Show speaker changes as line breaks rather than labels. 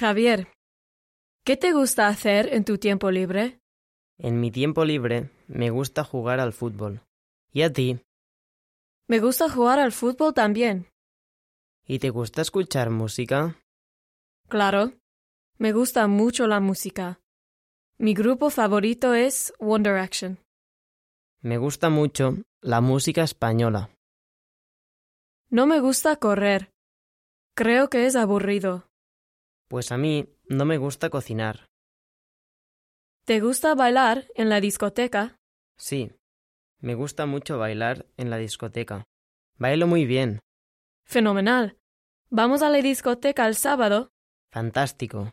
Javier, ¿qué te gusta hacer en tu tiempo libre?
En mi tiempo libre me gusta jugar al fútbol. ¿Y a ti?
Me gusta jugar al fútbol también.
¿Y te gusta escuchar música?
Claro, me gusta mucho la música. Mi grupo favorito es One Direction.
Me gusta mucho la música española.
No me gusta correr. Creo que es aburrido.
Pues a mí no me gusta cocinar.
¿Te gusta bailar en la discoteca?
Sí, me gusta mucho bailar en la discoteca. Bailo muy bien.
Fenomenal. Vamos a la discoteca el sábado.
Fantástico.